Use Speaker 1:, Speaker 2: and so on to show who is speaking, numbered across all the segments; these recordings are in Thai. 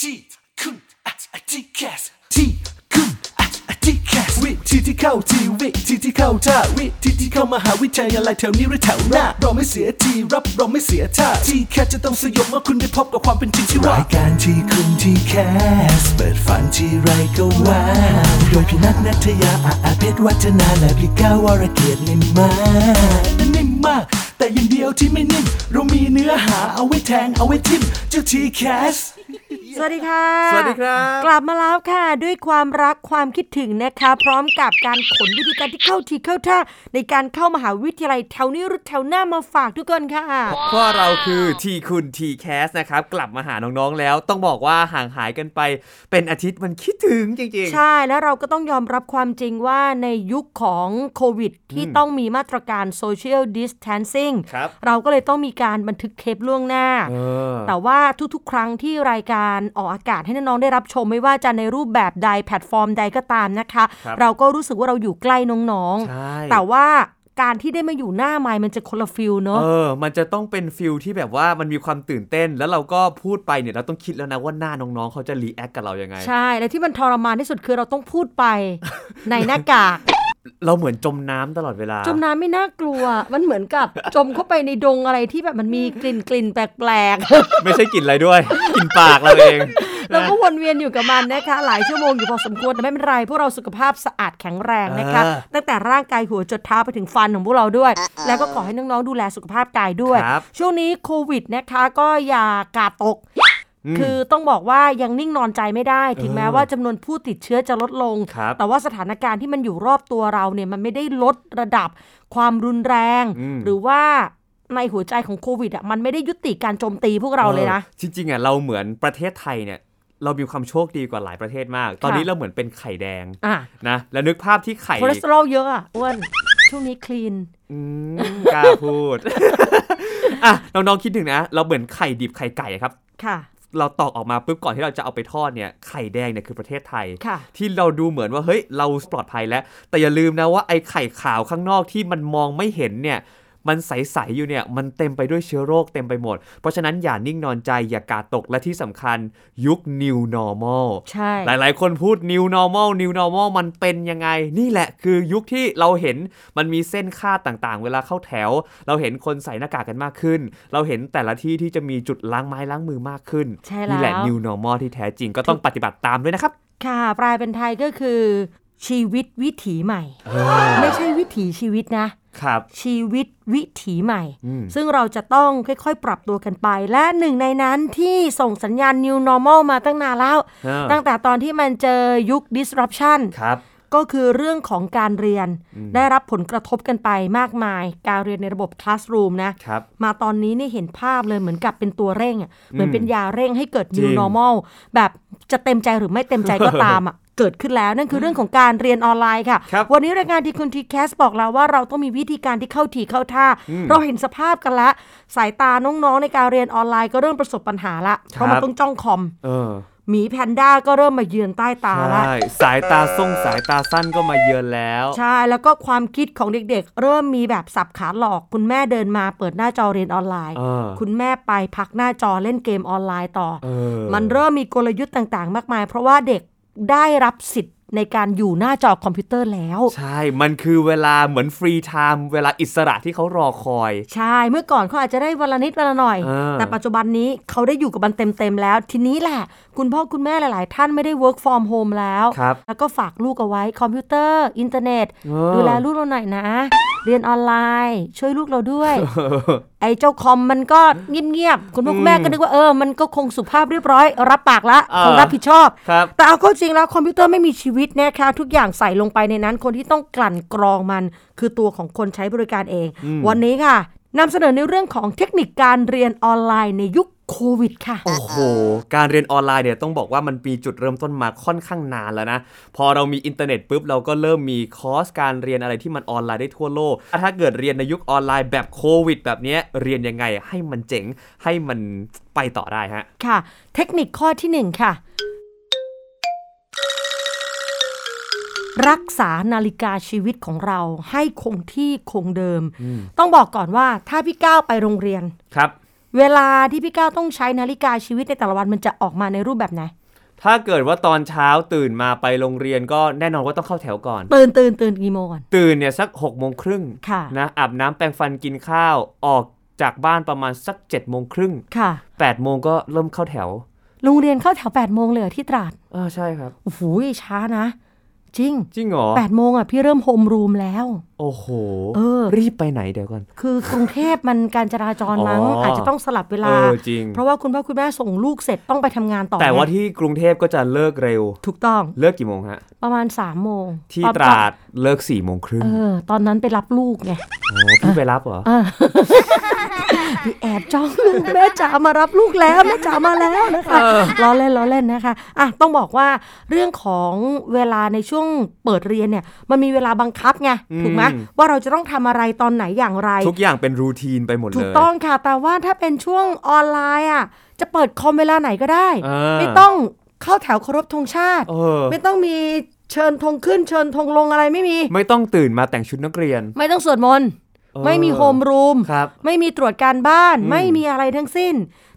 Speaker 1: ที่คุณอ่ะอ่ะที่แคสที่คุณอ่ะอ่ะที่แคสวิธีที่เข้าทีวิธีที่เข้าท่าวิธีที่เข้ามหาวิทยาลัยแถวนี้หรือแถวหน้าเราไม่เสียทีรับเราไม่เสียท่าที่แคสจะต้องสยบเมื่อคุณได้พบกับความเป็นจริงที่ว่ารายการที่คุณที่แคสเปิดฝันที่ไรก็ว่าโดยพี่นัทนัทยาอาอาเพชรวัฒนาและพี่ก้าวรเกียรตินิ่มมากนิ่มมาก แต่อยังเดียวที่ไม่นิ่มเรามีเนื้อหาเอาไว้แทงเอาไว้ทิมเจ้าทีแคส
Speaker 2: สวัสดีค่ะ
Speaker 3: สวัสดีครับ
Speaker 2: กลับมาแล้วค่ะ ด้วยความรักความคิดถึงนะคะ พร้อมกับการขนวิธีการที่เข้าทีเข้าท่าในการเข้ามหาวิทยาลัยแถวนี้หรุดแถวหน้ามาฝากทุกคนค่ะ
Speaker 3: เพราะเราคือทีคุณทีแคสนะครับ กลับมาหาน้องๆแล้ว ต้องบอกว่าห่างหายกันไป เป็นอาทิตย์มันคิดถึงจริง
Speaker 2: ใช่แล้วเราก็ต้องยอมรับความจริงว่าในยุคของโควิด ที่ต้องมีมาตรการ Social Distancing
Speaker 3: ครับ
Speaker 2: เราก็เลยต้องมีการบันทึกเทปล่วงหน้า
Speaker 3: ๆเออ
Speaker 2: แต่ว่าทุกๆ ครั้งที่รายการออกอากาศให้น้องๆได้รับชมไม่ว่าจะในรูปแบบใดแพลตฟอร์มใดก็ตามนะคะ
Speaker 3: ครับ
Speaker 2: เราก็รู้สึกว่าเราอยู่ใกล้น้อง
Speaker 3: ใช่
Speaker 2: ๆ แต่ว่าการที่ได้มาอยู่หน้าไมค์มันจะคนละฟิลเนอะ
Speaker 3: เออ มันจะต้องเป็นฟิลที่แบบว่ามันมีความตื่นเต้น แล้วเราก็พูดไปเนี่ยเราต้องคิดแล้วนะว่าหน้าน้องๆเขาจะรีแอคกับเรายังไง
Speaker 2: ใช่และที่มันทรมานที่สุดคือเราต้องพูดไป ในหน้ากาก
Speaker 3: เราเหมือนจมน้ำตลอดเวลา
Speaker 2: จมน้ำไม่น่ากลัว มันเหมือนกับจมเข้าไปในดงอะไรที่แบบมันมีกลิ่นกลิ่นๆแปลกๆ
Speaker 3: ไม่ใช่กลิ่นอะไรด้วย กลิ่นปากเราเอง
Speaker 2: เราก็วนเวียนอยู่กับมันนะคะ หลายชั่วโมงอยู่พอสมควรแต่ไม่เป็นไร พวกเราสุขภาพสะอาดแข็งแรงนะคะ ตั้งแต่ร่างกายหัวจดเท้าไปถึงฟันของพวกเราด้วย แล้วก็ขอให้น้องๆดูแลสุขภาพกายด้วย
Speaker 3: ครับ
Speaker 2: ช่วงนี้โควิดนะคะก็อย่ากาดตก คือต้องบอกว่ายังนิ่งนอนใจไม่ได้ ถึงแม้ว่าจำนวนผู้ติดเชื้อจะลดลง
Speaker 3: ครับ
Speaker 2: แต่ว่าสถานการณ์ที่มันอยู่รอบตัวเราเนี่ยมันไม่ได้ลดระดับความรุนแรง หรือว่าในหัวใจของโควิดอ่ะมันไม่ได้ยุติการโจมตีพวกเราเลยนะ
Speaker 3: ออจริงๆอ่ะเราเหมือนประเทศไทยเนี่ยเรามีความโชคดีกว่าหลายประเทศมาก ตอนนี้
Speaker 2: ค่ะ
Speaker 3: เราเหมือนเป็นไข่แดง
Speaker 2: อ่ะ
Speaker 3: นะ แล้วนึกภาพที่ไข่
Speaker 2: คอเลสเตอรอลเยอะอ่ะอ้วน ช่วงนี้คลีน
Speaker 3: อืมกล้าพูด อ่ะน้องๆคิดถึงนะ เราเหมือนไข่ดิบไข่ไก่อะครับ
Speaker 2: ค่ะ
Speaker 3: เราตอกออกมาปุ๊บก่อนที่เราจะเอาไปทอดเนี่ยไข่แดงเนี่ยคือประเทศไทย
Speaker 2: ค่ะ
Speaker 3: ที่เราดูเหมือนว่าเฮ้ยเราปลอดภัยแล้ว แต่อย่าลืมนะว่าไอ้ไข่ขาวข้างนอกที่มันมองไม่เห็นเนี่ยมันใสๆอยู่เนี่ยมันเต็มไปด้วยเชื้อโรคเต็มไปหมด เพราะฉะนั้นอย่านิ่งนอนใจอย่ากาดตกและที่สำคัญยุค new normal
Speaker 2: ใช่
Speaker 3: หลายๆ คนพูด new normal new normal มันเป็นยังไง นี่แหละคือยุคที่เราเห็นมันมีเส้นค่าต่างๆ เวลาเข้าแถว เราเห็นคนใส่หน้ากากกันมากขึ้น เราเห็นแต่ละที่ที่จะมีจุดล้างไม้ล้างมือมากขึ้น
Speaker 2: ใช่แล้ว
Speaker 3: นี่แหละ new normal ที่แท้จริงก็ต้องปฏิบัติตามด้วยนะครับ
Speaker 2: ค่ะปลายเป็นไทยก็คือ ชีวิตวิถีใหม่ ไม่ใช่วิถีชีวิตนะ
Speaker 3: ครับ
Speaker 2: ชีวิตวิถีใหม่
Speaker 3: อืม
Speaker 2: ซึ่งเราจะต้องค่อยๆ ปรับตัวกันไป และหนึ่งในนั้นที่ส่งสัญญาณ new normal มาตั้งนานแล้ว
Speaker 3: เออ
Speaker 2: ตั้งแต่ตอนที่มันเจอยุค disruption
Speaker 3: ครับ
Speaker 2: ก็คือเรื่องของการเรียน ได้รับผลกระทบกันไปมากมาย การเรียนในระบบ classroom นะ
Speaker 3: ครับ
Speaker 2: มาตอนนี้นี่เห็นภาพเลยเหมือนกับเป็นตัวเร่งอะเหมือนเป็นยาเร่งให้เกิด
Speaker 3: จริ
Speaker 2: new
Speaker 3: ง
Speaker 2: normal แบบจะเต็มใจหรือไม่เต็มใจ ก็ตามอะ เกิดขึ้นแล้วนั่นคือเรื่องของการเรียนออนไลน์ค่ะ
Speaker 3: ครับ
Speaker 2: วันนี้รายงานทีคุณทีแคสบอกแล้วว่าเราต้องมีวิธีการที่เข้าทีเข้าท่า เราเห็นสภาพกันละ สายตาน้องๆในการเรียนออนไลน์ก็เริ่มประสบปัญหาละเพราะมัน
Speaker 3: ครับ
Speaker 2: ต้องจ้องคอม
Speaker 3: เออ
Speaker 2: หมีแพนด้าก็เริ่มมาเยือนใต้ตาละ
Speaker 3: ใช่สายตาส่งสายตาสั้นก็มาเยือนแล้ว
Speaker 2: ใช่ แล้วก็ความคิดของเด็กๆ เริ่มมีแบบสับขาหลอก คุณแม่เดินมาเปิดหน้าจอเรียนออนไลน์
Speaker 3: เออ
Speaker 2: คุณแม่ไปพักหน้าจอเล่นเกมออนไลน์ต่อ
Speaker 3: เออ
Speaker 2: มันเริ่มมีกลยุทธ์ต่างๆ มากมาย เพราะว่าเด็กได้รับสิทธิ์ในการอยู่หน้าจอคอมพิวเตอร์แล้ว
Speaker 3: ใช่ มันคือเวลาเหมือนฟรีไทม์เวลาอิสระที่เขารอคอย
Speaker 2: ใช่ เมื่อก่อนเขาอาจจะได้วันละนิดวันละหน่อย
Speaker 3: อ่า
Speaker 2: แต่ปัจจุบันนี้เขาได้อยู่กับมันเต็มๆแล้ว ทีนี้แหละ คุณพ่อคุณแม่หลาย ๆ ท่านไม่ได้ work from home แล้ว
Speaker 3: ครับ
Speaker 2: แล้วก็ฝากลูกเอาไว้คอมพิวเตอร์ อินเทอร์เน็ต
Speaker 3: เออ
Speaker 2: ดูแลลูกเราหน่อยนะ เรียนออนไลน์ ช่วยลูกเรา ด้วย ไอ้เจ้าคอมมันก็เงียบๆ คุณพ่อคุณแม่ก็นึกว่าเออ มันก็คงสุภาพเรียบร้อย รับปากละ
Speaker 3: เออ
Speaker 2: คงรับผิดชอบ
Speaker 3: ครับ
Speaker 2: แต่เอาเข้าจริงแล้วคอมพิวเตอร์ไม่มีชีวิตนะคะ ทุกอย่างใส่ลงไปในนั้น คนที่ต้องกลั่นกรองมัน คือตัวของคนใช้บริการเอง วันนี้ค่ะนำเสนอในเรื่องของเทคนิคการเรียนออนไลน์ในยุคโควิดค่ะ
Speaker 3: โอ้โห การเรียนออนไลน์เนี่ยต้องบอกว่ามันมีจุดเริ่มต้นมาค่อนข้างนานแล้วนะ พอเรามีอินเทอร์เน็ตปุ๊บเราก็เริ่มมีคอร์สการเรียนอะไรที่มันออนไลน์ได้ทั่วโลก ถ้าเกิดเรียนในยุคออนไลน์แบบโควิด แบบเนี้ยเรียนยังไงให้มันเจ๋งให้มันไปต่อได้ฮะ
Speaker 2: ค่ะ เทคนิคข้อที่หนึ่งค่ะ รักษานาฬิกาชีวิตของเราให้คงที่คงเดิม ต้องบอกก่อนว่าถ้าพี่ก้าวไปโรงเรียน
Speaker 3: ครับ
Speaker 2: เวลาที่พี่ก้าวต้องใช้นาฬิกาชีวิตในแต่ละวันมันจะออกมาในรูปแบบไหน
Speaker 3: ถ้าเกิดว่าตอนเช้าตื่นมาไปโรงเรียนก็แน่นอนว่าต้องเข้าแถวก่อน
Speaker 2: ตื่นตื่นตื่นกี่โมงก่อน
Speaker 3: ตื่นเนี่ยสัก6กโมงครึ่ง
Speaker 2: ค่ะ
Speaker 3: นะอาบน้ำแปรงฟันกินข้าวออกจากบ้านประมาณสัก7จ็ดโมงครึ่ง
Speaker 2: ค่ะ
Speaker 3: แปดโมงก็เริ่มเข้าแถว
Speaker 2: โรงเรียนเข้าแถว8ปดโมงเลยเหรอที่ตราด
Speaker 3: อ่าใช่ครับ
Speaker 2: โอ้โหช้านะ จริง
Speaker 3: จริงเหรอ
Speaker 2: 8ปดโมงอ่ะพี่เริ่มโฮมรูมแล้ว
Speaker 3: โอ้โห
Speaker 2: เออ
Speaker 3: รีบไปไหนเดี๋ยวก่อน
Speaker 2: คือกรุงเทพมันการจราจรมั้ง
Speaker 3: อ๋ออ
Speaker 2: อาจจะต้องสลับเวลา
Speaker 3: เออจริง
Speaker 2: เพราะว่าคุณพ่อคุณแม่ส่งลูกเสร็จต้องไปทำงานต่อ
Speaker 3: แต่ว่า
Speaker 2: ไง
Speaker 3: ที่กรุงเทพก็จะเลิกเร็ว
Speaker 2: ถูกต้อง
Speaker 3: เลิกกี่โมงฮะ
Speaker 2: ประมาณ3ามโมง
Speaker 3: ที่
Speaker 2: อน
Speaker 3: ตราดเลิกสี่โมงครึ่ง
Speaker 2: เออ ตอนนั้นไปรับลูกไง
Speaker 3: โอ้พี่ไปรับเหรอ
Speaker 2: พี่แอบจ้องลูกแม่ จ๋ามารับลูกแล้วแม่จ๋ามาแล้วนะคะล้อเล่นล้อเล่นนะคะอ่ะต้องบอกว่าเรื่องของเวลาในช่วงเปิดเรียนเนี่ย มันมีเวลาบังคับไงถูกไหม
Speaker 3: อืม
Speaker 2: ว่าเราจะต้องทำอะไรตอนไหนอย่างไร
Speaker 3: ทุกอย่างเป็นรูทีนไปหมด
Speaker 2: ถู
Speaker 3: เล
Speaker 2: ก
Speaker 3: ย
Speaker 2: ต้องค่ะ แต่ว่าถ้าเป็นช่วงออนไลน์อ่ะจะเปิดคอมเวลาไหนก็ได้
Speaker 3: อ่า
Speaker 2: ไม่ต้องเข้าแถวเคารพธงชาติ
Speaker 3: เออ
Speaker 2: ไม่ต้องมีเชิญธงขึ้นเชิญธงลงอะไรไม่มี
Speaker 3: ไม่ต้องตื่นมาแต่งชุดนักเรียน
Speaker 2: ไม่ต้องสวดมนต์
Speaker 3: เออ
Speaker 2: ไม่มีโฮมรูม
Speaker 3: ครับ
Speaker 2: ไม่มีตรวจการบ้าน ไม่มีอะไรทั้งสิ้น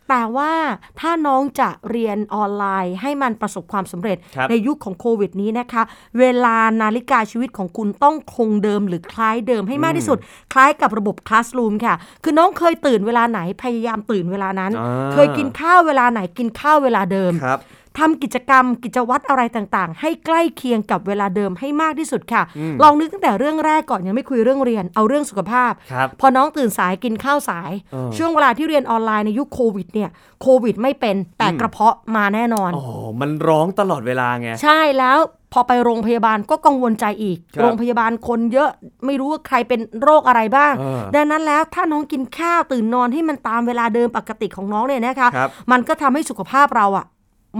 Speaker 2: แต่ว่าถ้าน้องจะเรียนออนไลน์ ให้มันประสบความสำเร็จ
Speaker 3: ครับ
Speaker 2: ในยุคของโควิดนี้นะคะ เวลานาฬิกาชีวิตของคุณต้องคงเดิมหรือคล้ายเดิมให้มากที่สุด คล้ายกับระบบคลาส o ูมค่ะ คือน้องเคยตื่นเวลาไหนพยายามตื่นเวลานั้น
Speaker 3: อ่า
Speaker 2: เคยกินข้าวเวลาไหนกินข้าวเวลาเดิม
Speaker 3: ครับ
Speaker 2: ทำกิจกรรมกิจวัตรอะไรต่างๆ ให้ใกล้เคียงกับเวลาเดิมให้มากที่สุดค่ะ ลองนึกตั้งแต่เรื่องแรกก่อนยังไม่คุยเรื่องเรียนเอาเรื่องสุขภาพ
Speaker 3: ครับ
Speaker 2: พอน้องตื่นสายกินข้าวสาย
Speaker 3: เออ
Speaker 2: ช่วงเวลาที่เรียนออนไลน์ในยุคโควิดเนี่ยโควิดไม่เป็นแต่กระเพาะมาแน่นอน
Speaker 3: โอ้มันร้องตลอดเวลาไง
Speaker 2: ใช่แล้วพอไปโรงพยาบาลก็กังวลใจอีก
Speaker 3: ครับ
Speaker 2: โรงพยาบาลคนเยอะไม่รู้ว่าใครเป็นโรคอะไรบ้าง
Speaker 3: เออ
Speaker 2: ดังนั้นแล้วถ้าน้องกินข้าวตื่นนอนให้มันตามเวลาเดิมปกติของน้องเนี่ยนะคะ
Speaker 3: ครับ
Speaker 2: มันก็ทำให้สุขภาพเราอะ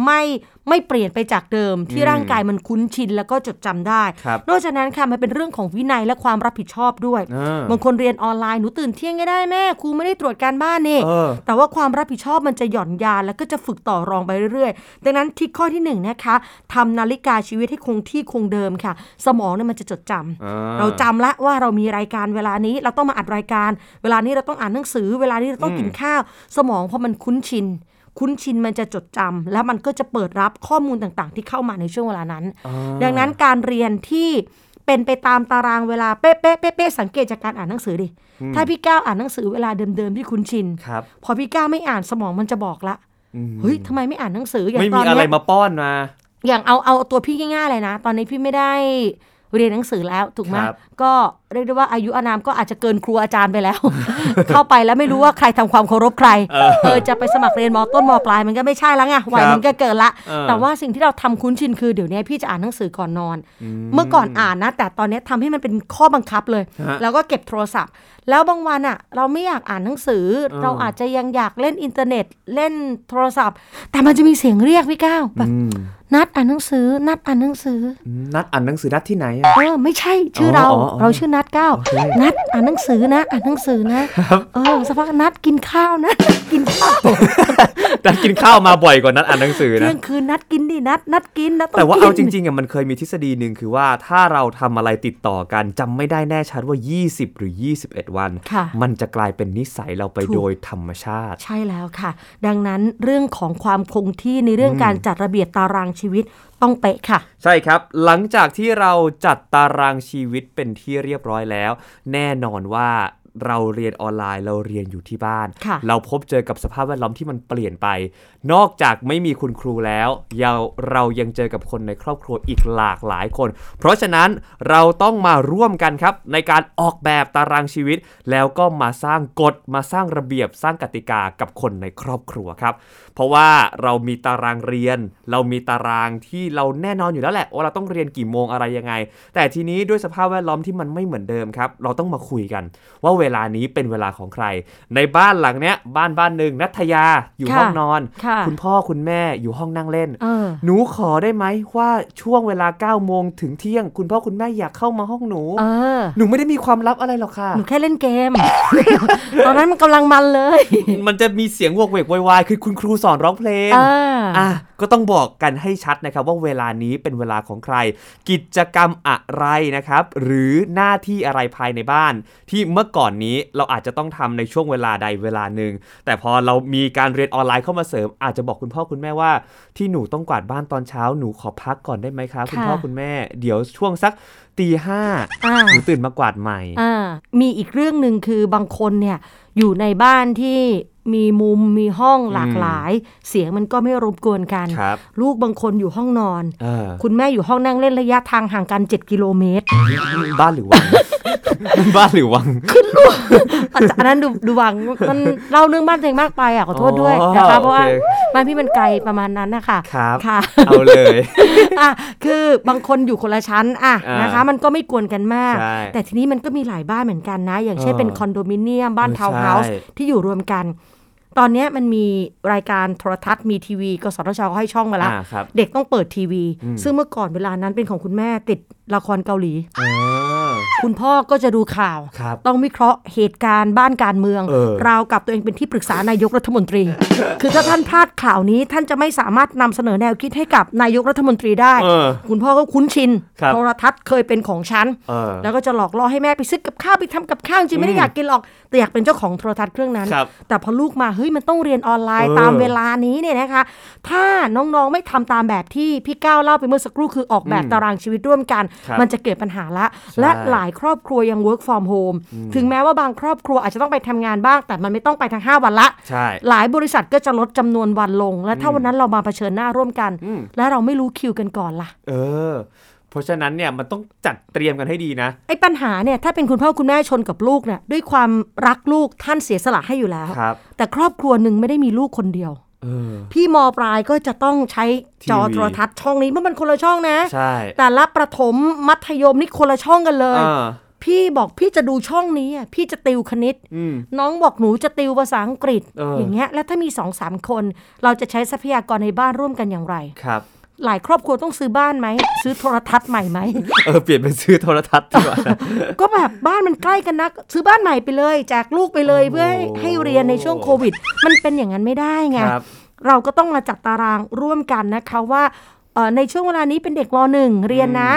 Speaker 2: ไม่ไม่เปลี่ยนไปจากเดิมที่ร่างกายมันคุ้นชินแล้วก็จดจำได้
Speaker 3: ครับ
Speaker 2: นอกจากนั้นค่ะมันเป็นเรื่องของวินัยและความรับผิดชอบด้วย
Speaker 3: เออบ
Speaker 2: างคนเรียนออนไลน์หนูตื่นเที่ยงก็ได้แม่ครูไม่ได้ตรวจการบ้านนี่
Speaker 3: เออ
Speaker 2: แต่ว่าความรับผิดชอบมันจะหย่อนยานแล้วก็จะฝึกต่อรองไปเรื่อยๆ ดังนั้นที่ข้อที่หนึ่งนะคะทำนาฬิกาชีวิตให้คงที่คงเดิมค่ะ สมองเนี่ยมันจะจดจำ
Speaker 3: อ่า
Speaker 2: เราจำละว่าเรามีรายการเวลานี้เราต้องมาอัดรายการ เวลานี้เราต้องอ่านหนังสือ เวลานี้เราต้องกินข้าว สมองพอมันคุ้นชิน คุ้นชินมันจะจดจำแล้วมันก็จะเปิดรับข้อมูลต่างๆ ที่เข้ามาในช่วงเวลานั้น ดังนั้นการเรียนที่เป็นไปตามตารางเวลาเป๊ะๆเป๊ะๆสังเกตจากการอ่านหนังสือดิถ้าพี่ก้าวอ่านหนังสือเวลาเดิมๆที่คุ้นชิน
Speaker 3: ครับ
Speaker 2: พอพี่ก้าวไม่อ่านสมองมันจะบอกละเฮ้ยทำไมไม่อ่านหนังสืออย่าง
Speaker 3: ไม่
Speaker 2: ตอ
Speaker 3: มี
Speaker 2: น
Speaker 3: อะไร
Speaker 2: เนี้ย
Speaker 3: มาป้อนมา
Speaker 2: อย่างเอาเอาตัวพี่ง่ายๆเลยนะ ตอนนี้พี่ไม่ได้เรียนหนังสือแล้วถูกไหม
Speaker 3: ครับ
Speaker 2: ก็เรียกได้ว่าอายุอานามก็อาจจะเกินครูอาจารย์ไปแล้ว เข้าไปแล้วไม่รู้ว่าใครทำความเคารพใครเออจะไปสมัครเรียนมต้นมปลายมันก็ไม่ใช่แล้วไงวัยมันก็เกินละ แต่ว่าสิ่งที่เราทำคุ้นชินคือเดี๋ยวนี้พี่จะอ่านหนังสือก่อนนอน เมื่อก่อนอ่านนะ แต่ตอนนี้ทำให้มันเป็นข้อบังคับเลย แล้วก็เก็บโทรศัพท์ แล้วบางวันอ่ะ เราไม่อยากอ่านหนังสือ เราอาจจะยังอยากเล่นอินเทอร์เน็ตเล่นโทรศัพท์ แต่มันจะมีเสียงเรียกพี่ก้าวแบบนัดอ่านหนังสือ นัดอ่านหนังสือ
Speaker 3: อืมนัดอ่านหนังสือนัดที่ไหนอะ
Speaker 2: เออไม่ใช่ชื่อเรา
Speaker 3: อ๋ออ๋ออ๋อ
Speaker 2: เราชื่อนัดก้าวนัดอ่านหนังสือนะ อ่านหนังสือนะครับ เออสักพักนัดกินข้าวนะ กินข้าว
Speaker 3: นัดกินข้าวมาบ่อยกว่านัดอ่านหนังสือนะ
Speaker 2: เที่ยงคืนนัดกินดินัดนัดกินนะ
Speaker 3: แต่ว่า
Speaker 2: กิ
Speaker 3: เอา
Speaker 2: น
Speaker 3: จริงๆอ่ะมันเคยมีทฤษฎีหนึ่งคือว่าถ้าเราทำอะไรติดต่อกันจำไม่ได้แน่ชัดว่า 20 หรือ 21 วัน
Speaker 2: ค่ะ
Speaker 3: มันจะกลายเป็นนิสัยเราไปโดยธรรมชาติ
Speaker 2: ใช่แล้วค่ะ ดังนั้นเรื่องของความคงที่ในเรื่องการจัดระเบียบตารางชีวิตต้องเป๊ะค่ะ
Speaker 3: ใช่ครับ หลังจากที่เราจัดตารางชีวิตเป็นที่เรียบร้อยแล้ว แน่นอนว่าเราเรียนออนไลน์เราเรียนอยู่ที่บ้าน
Speaker 2: ค่ะ
Speaker 3: เราพบเจอกับสภาพแวดล้อมที่มันเปลี่ยนไป นอกจากไม่มีคุณครูแล้วเราเรายังเจอกับคนในครอบครัวอีกหลากหลายคน เพราะฉะนั้นเราต้องมาร่วมกันครับ ในการออกแบบตารางชีวิต แล้วก็มาสร้างกฎมาสร้างระเบียบสร้างกติกากับคนในครอบครัวครับ เพราะว่าเรามีตารางเรียน เรามีตารางที่เราแน่นอนอยู่แล้วแหละว่าเราต้องเรียนกี่โมงอะไรยังไง แต่ทีนี้ด้วยสภาพแวดล้อมที่มันไม่เหมือนเดิมครับ เราต้องมาคุยกัน ว่าเวลานี้เป็นเวลาของใคร ในบ้านหลังเนี้ยบ้านบ้านหนึ่งนัทยาอยู่
Speaker 2: ค่ะ
Speaker 3: ห้องนอน
Speaker 2: ค่ะ
Speaker 3: ณพ่อคุณแม่อยู่ห้องนั่งเล่น
Speaker 2: เออ
Speaker 3: หนูขอได้ไหมว่าช่วงเวลา9โมงถึงเที่ยง คุณพ่อคุณแม่อยากเข้ามาห้องหนู
Speaker 2: เออ
Speaker 3: หนูไม่ได้มีความลับอะไรหรอกค่ะ
Speaker 2: หนูแค่เล่นเกม ตอนนั้นมันกำลังมันเลย
Speaker 3: มันจะมีเสียงโวกเวกโวยวายคือคุณครูสอนร้องเพลง
Speaker 2: เออ
Speaker 3: อ่ะก็ต้องบอกกันให้ชัดนะครับว่าเวลานี้เป็นเวลาของใคร กิจกรรมอะไรนะครับ หรือหน้าที่อะไรภายในบ้าน ที่เมื่อก่อน อนนี้เราอาจจะต้องทำในช่วงเวลาใดเวลาหนึ่งแต่พอเรามีการเรียนออนไลน์เข้ามาเสริม อาจจะบอกคุณพ่อคุณแม่ว่า ที่หนูต้องกวาดบ้านตอนเช้าหนูขอพักก่อนได้ไหมคะคุณพ่อคุณแม่เดี๋ยวช่วงสักตีห้า
Speaker 2: อ่า
Speaker 3: หนูตื่นมากวาดใหม่
Speaker 2: อ่ามีอีกเรื่องหนึ่งคือบางคนเนี่ยอยู่ในบ้านที่มีมุมมีห้องหลากหลาย เสียงมันก็ไม่รบกวนกัน
Speaker 3: ครับ
Speaker 2: ลูกบางคนอยู่ห้องนอน
Speaker 3: เออ
Speaker 2: คุณแม่อยู่ห้องนั่งเล่นระยะทางห่างกัน 7 กิโลเมตร
Speaker 3: บ้านหรือวัง บ้านหรือวัง
Speaker 2: อาจจะอันนั้นดูดูวังมันเล่าเรื่องบ้านตัวเองมากไปอ่ะขอโทษด้วย
Speaker 3: อ๋อ
Speaker 2: นะคะเพราะว่า
Speaker 3: โอเค
Speaker 2: บ้านพี่มันไกลประมาณนั้นนะคะ
Speaker 3: ครับ
Speaker 2: ค่ะ
Speaker 3: เอาเลย
Speaker 2: อ่ะคือบางคนอยู่คนละชั้นอ่ะ
Speaker 3: อ่าน
Speaker 2: นะคะ มันก็ไม่กวนกันมาก
Speaker 3: ใช่
Speaker 2: แต่ทีนี้มันก็มีหลายบ้านเหมือนกันนะ อย่างเช่น
Speaker 3: เออ
Speaker 2: เป็นคอนโดมิเนียมบ้าน
Speaker 3: เออ
Speaker 2: ทาวน์เฮาส์
Speaker 3: ใช่
Speaker 2: ที่อยู่รวมกัน ตอนเนี้ยมันมีรายการโทรทัศน์มีทีวีกสทชก็ให้ช่องมาละ
Speaker 3: อ่าครับ
Speaker 2: เด็กต้องเปิดทีวี ซึ่งเมื่อก่อนเวลานั้นเป็นของคุณแม่ติดละครเกาหลี
Speaker 3: อ่า
Speaker 2: คุณพ่อก็จะดูข่าว
Speaker 3: ครับ
Speaker 2: ต้องวิเคราะห์เหตุการณ์บ้านการเมือง
Speaker 3: เออ
Speaker 2: ราวกับตัวเองเป็นที่ปรึกษานายกรัฐมนตรี คือถ้าท่านพลาดข่าวนี้ท่านจะไม่สามารถนำเสนอแนวคิดให้กับนายกรัฐมนตรีได้
Speaker 3: เออ
Speaker 2: คุณพ่อก็คุ้นชิน
Speaker 3: ครับ
Speaker 2: โทรทัศน์เคยเป็นของฉัน
Speaker 3: เออ
Speaker 2: แล้วก็จะหลอกล่อให้แม่ไปซื้อกับข้าวไปทำกับข้าวจริงไม่ได้อยากกินหรอก แต่อยากเป็นเจ้าของโทรทัศน์เครื่องนั้น
Speaker 3: ครับ
Speaker 2: แต่พอลูกมาเฮ้ยมันต้องเรียนออนไลน์
Speaker 3: เออ
Speaker 2: ตามเวลานี้เนี่ยนะคะ ถ้าน้องๆไม่ทำตามแบบที่พี่ก้าวเล่าไปเมื่อสักครู่คือออกแบบตารางชีวิตร่วมกัน
Speaker 3: ครับ
Speaker 2: มันจะเกิดปัญหาละ และหลายครอบครัวยัง work from home ถึงแม้ว่าบางครอบครัวอาจจะต้องไปทำงานบ้าง แต่มันไม่ต้องไปทั้งห้าวันละ
Speaker 3: ใช่
Speaker 2: หลายบริษัทก็จะลดจำนวนวันลง และถ้าวันนั้นเรามาเผชิญหน้าร่วมกัน
Speaker 3: อืม
Speaker 2: และเราไม่รู้คิวกันก่อนล่ะ
Speaker 3: เออ เพราะฉะนั้นเนี่ยมันต้องจัดเตรียมกันให้ดีนะ
Speaker 2: ไอ้ปัญหาเนี่ยถ้าเป็นคุณพ่อคุณแม่ชนกับลูกเนี่ยด้วยความรักลูกท่านเสียสละให้อยู่แล้ว
Speaker 3: ครับ
Speaker 2: แต่ครอบครัวหนึ่งไม่ได้มีลูกคนเดียว
Speaker 3: เออ
Speaker 2: พี่มปลายก็จะต้องใช้จอ
Speaker 3: ทีวี
Speaker 2: โทรทัศน์ช่องนี้เพราะมันคนละช่องนะ
Speaker 3: ใช่
Speaker 2: แต่ละประถมมัธยมนี่คนละช่องกันเล
Speaker 3: เอย อ
Speaker 2: พี่บอกพี่จะดูช่องนี้อ่ะพี่จะติวคณิต
Speaker 3: อืม
Speaker 2: น้องบอกหนูจะติวภาษาอังกฤษ
Speaker 3: เอออ
Speaker 2: ย่างเงี้ยแล้วถ้ามีสองสามคน เราจะใช้ทรัพยากรในบ้านร่วมกันอย่างไร
Speaker 3: ครับ
Speaker 2: หลายครอบครัวต้องซื้อบ้านไหมซื้อโทรทัศน์ใหม่ไหม
Speaker 3: เออ เปลี่ยนเป็นซื้อโทรทัศน์ดีกว่า
Speaker 2: ก็แบบบ้านมันใกล้กันนัก ซื้อบ้านใหม่ไปเลยแจกลูกไปเลยเพื่อให้ให้เรียนในช่วงโควิด มันเป็นอย่างนั้นไม่ได้ไง
Speaker 3: ครับ
Speaker 2: เราก็ต้องมาจัดตารางร่วมกันนะคะว่าเอ่อในช่วงเวลานี้เป็นเด็กมหนึ่งเรียนนะ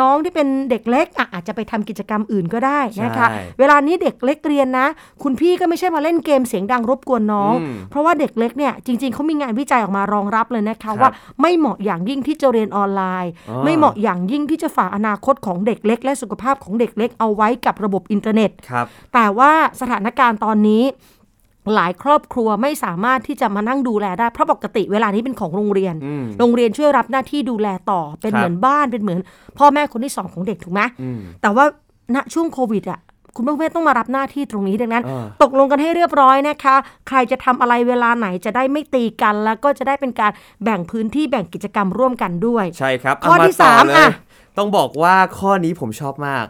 Speaker 2: น้องที่เป็นเด็กเล็กอ่ะอาจจะไปทำกิจกรรมอื่นก็ได้นะคะ
Speaker 3: ใช่
Speaker 2: เวลานี้เด็กเล็กเรียนนะ คุณพี่ก็ไม่ใช่มาเล่นเกมเสียงดังรบกวนน้อง
Speaker 3: อืม
Speaker 2: เพราะว่าเด็กเล็กเนี่ยจริง ๆเขามีงานวิจัยออกมารองรับเลยนะคะว่าไม่เหมาะอย่างยิ่งที่จะเรียนออนไลน์
Speaker 3: อ๋อ
Speaker 2: ไม่เหมาะ อย่างยิ่งที่จะฝากอนาคตของเด็กเล็ก และสุขภาพของเด็กเล็กเอาไว้กับระบบอินเทอร์เน็ต
Speaker 3: ครับ
Speaker 2: แต่ว่าสถานการณ์ตอนนี้ หลายครอบครัวไม่สามารถที่จะมานั่งดูแลได้ เพราะปกติเวลานี้เป็นของโรงเรียน
Speaker 3: อืม
Speaker 2: โรงเรียนช่วยรับหน้าที่ดูแลต่อ เป็น
Speaker 3: ครับ
Speaker 2: เหมือนบ้านเป็นเหมือน พ่อแม่คนที่สองของเด็กถูกไหม
Speaker 3: อืม
Speaker 2: แต่ว่าณช่วงโควิดอ่ะคุณพ่อแม่ต้องมารับหน้าที่ตรงนี้ดังนั้น
Speaker 3: เออ
Speaker 2: ตกลงกันให้เรียบร้อยนะคะ ใครจะทำอะไรเวลาไหนจะได้ไม่ตีกัน แล้วก็จะได้เป็นการแบ่งพื้นที่แบ่งกิจกรรมร่วมกันด้วย
Speaker 3: ใช่ครับ
Speaker 2: ข้อที่
Speaker 3: เต่
Speaker 2: สาม
Speaker 3: เล
Speaker 2: อ่ะ
Speaker 3: ยต้องบอกว่าข้อนี้ผมชอบมาก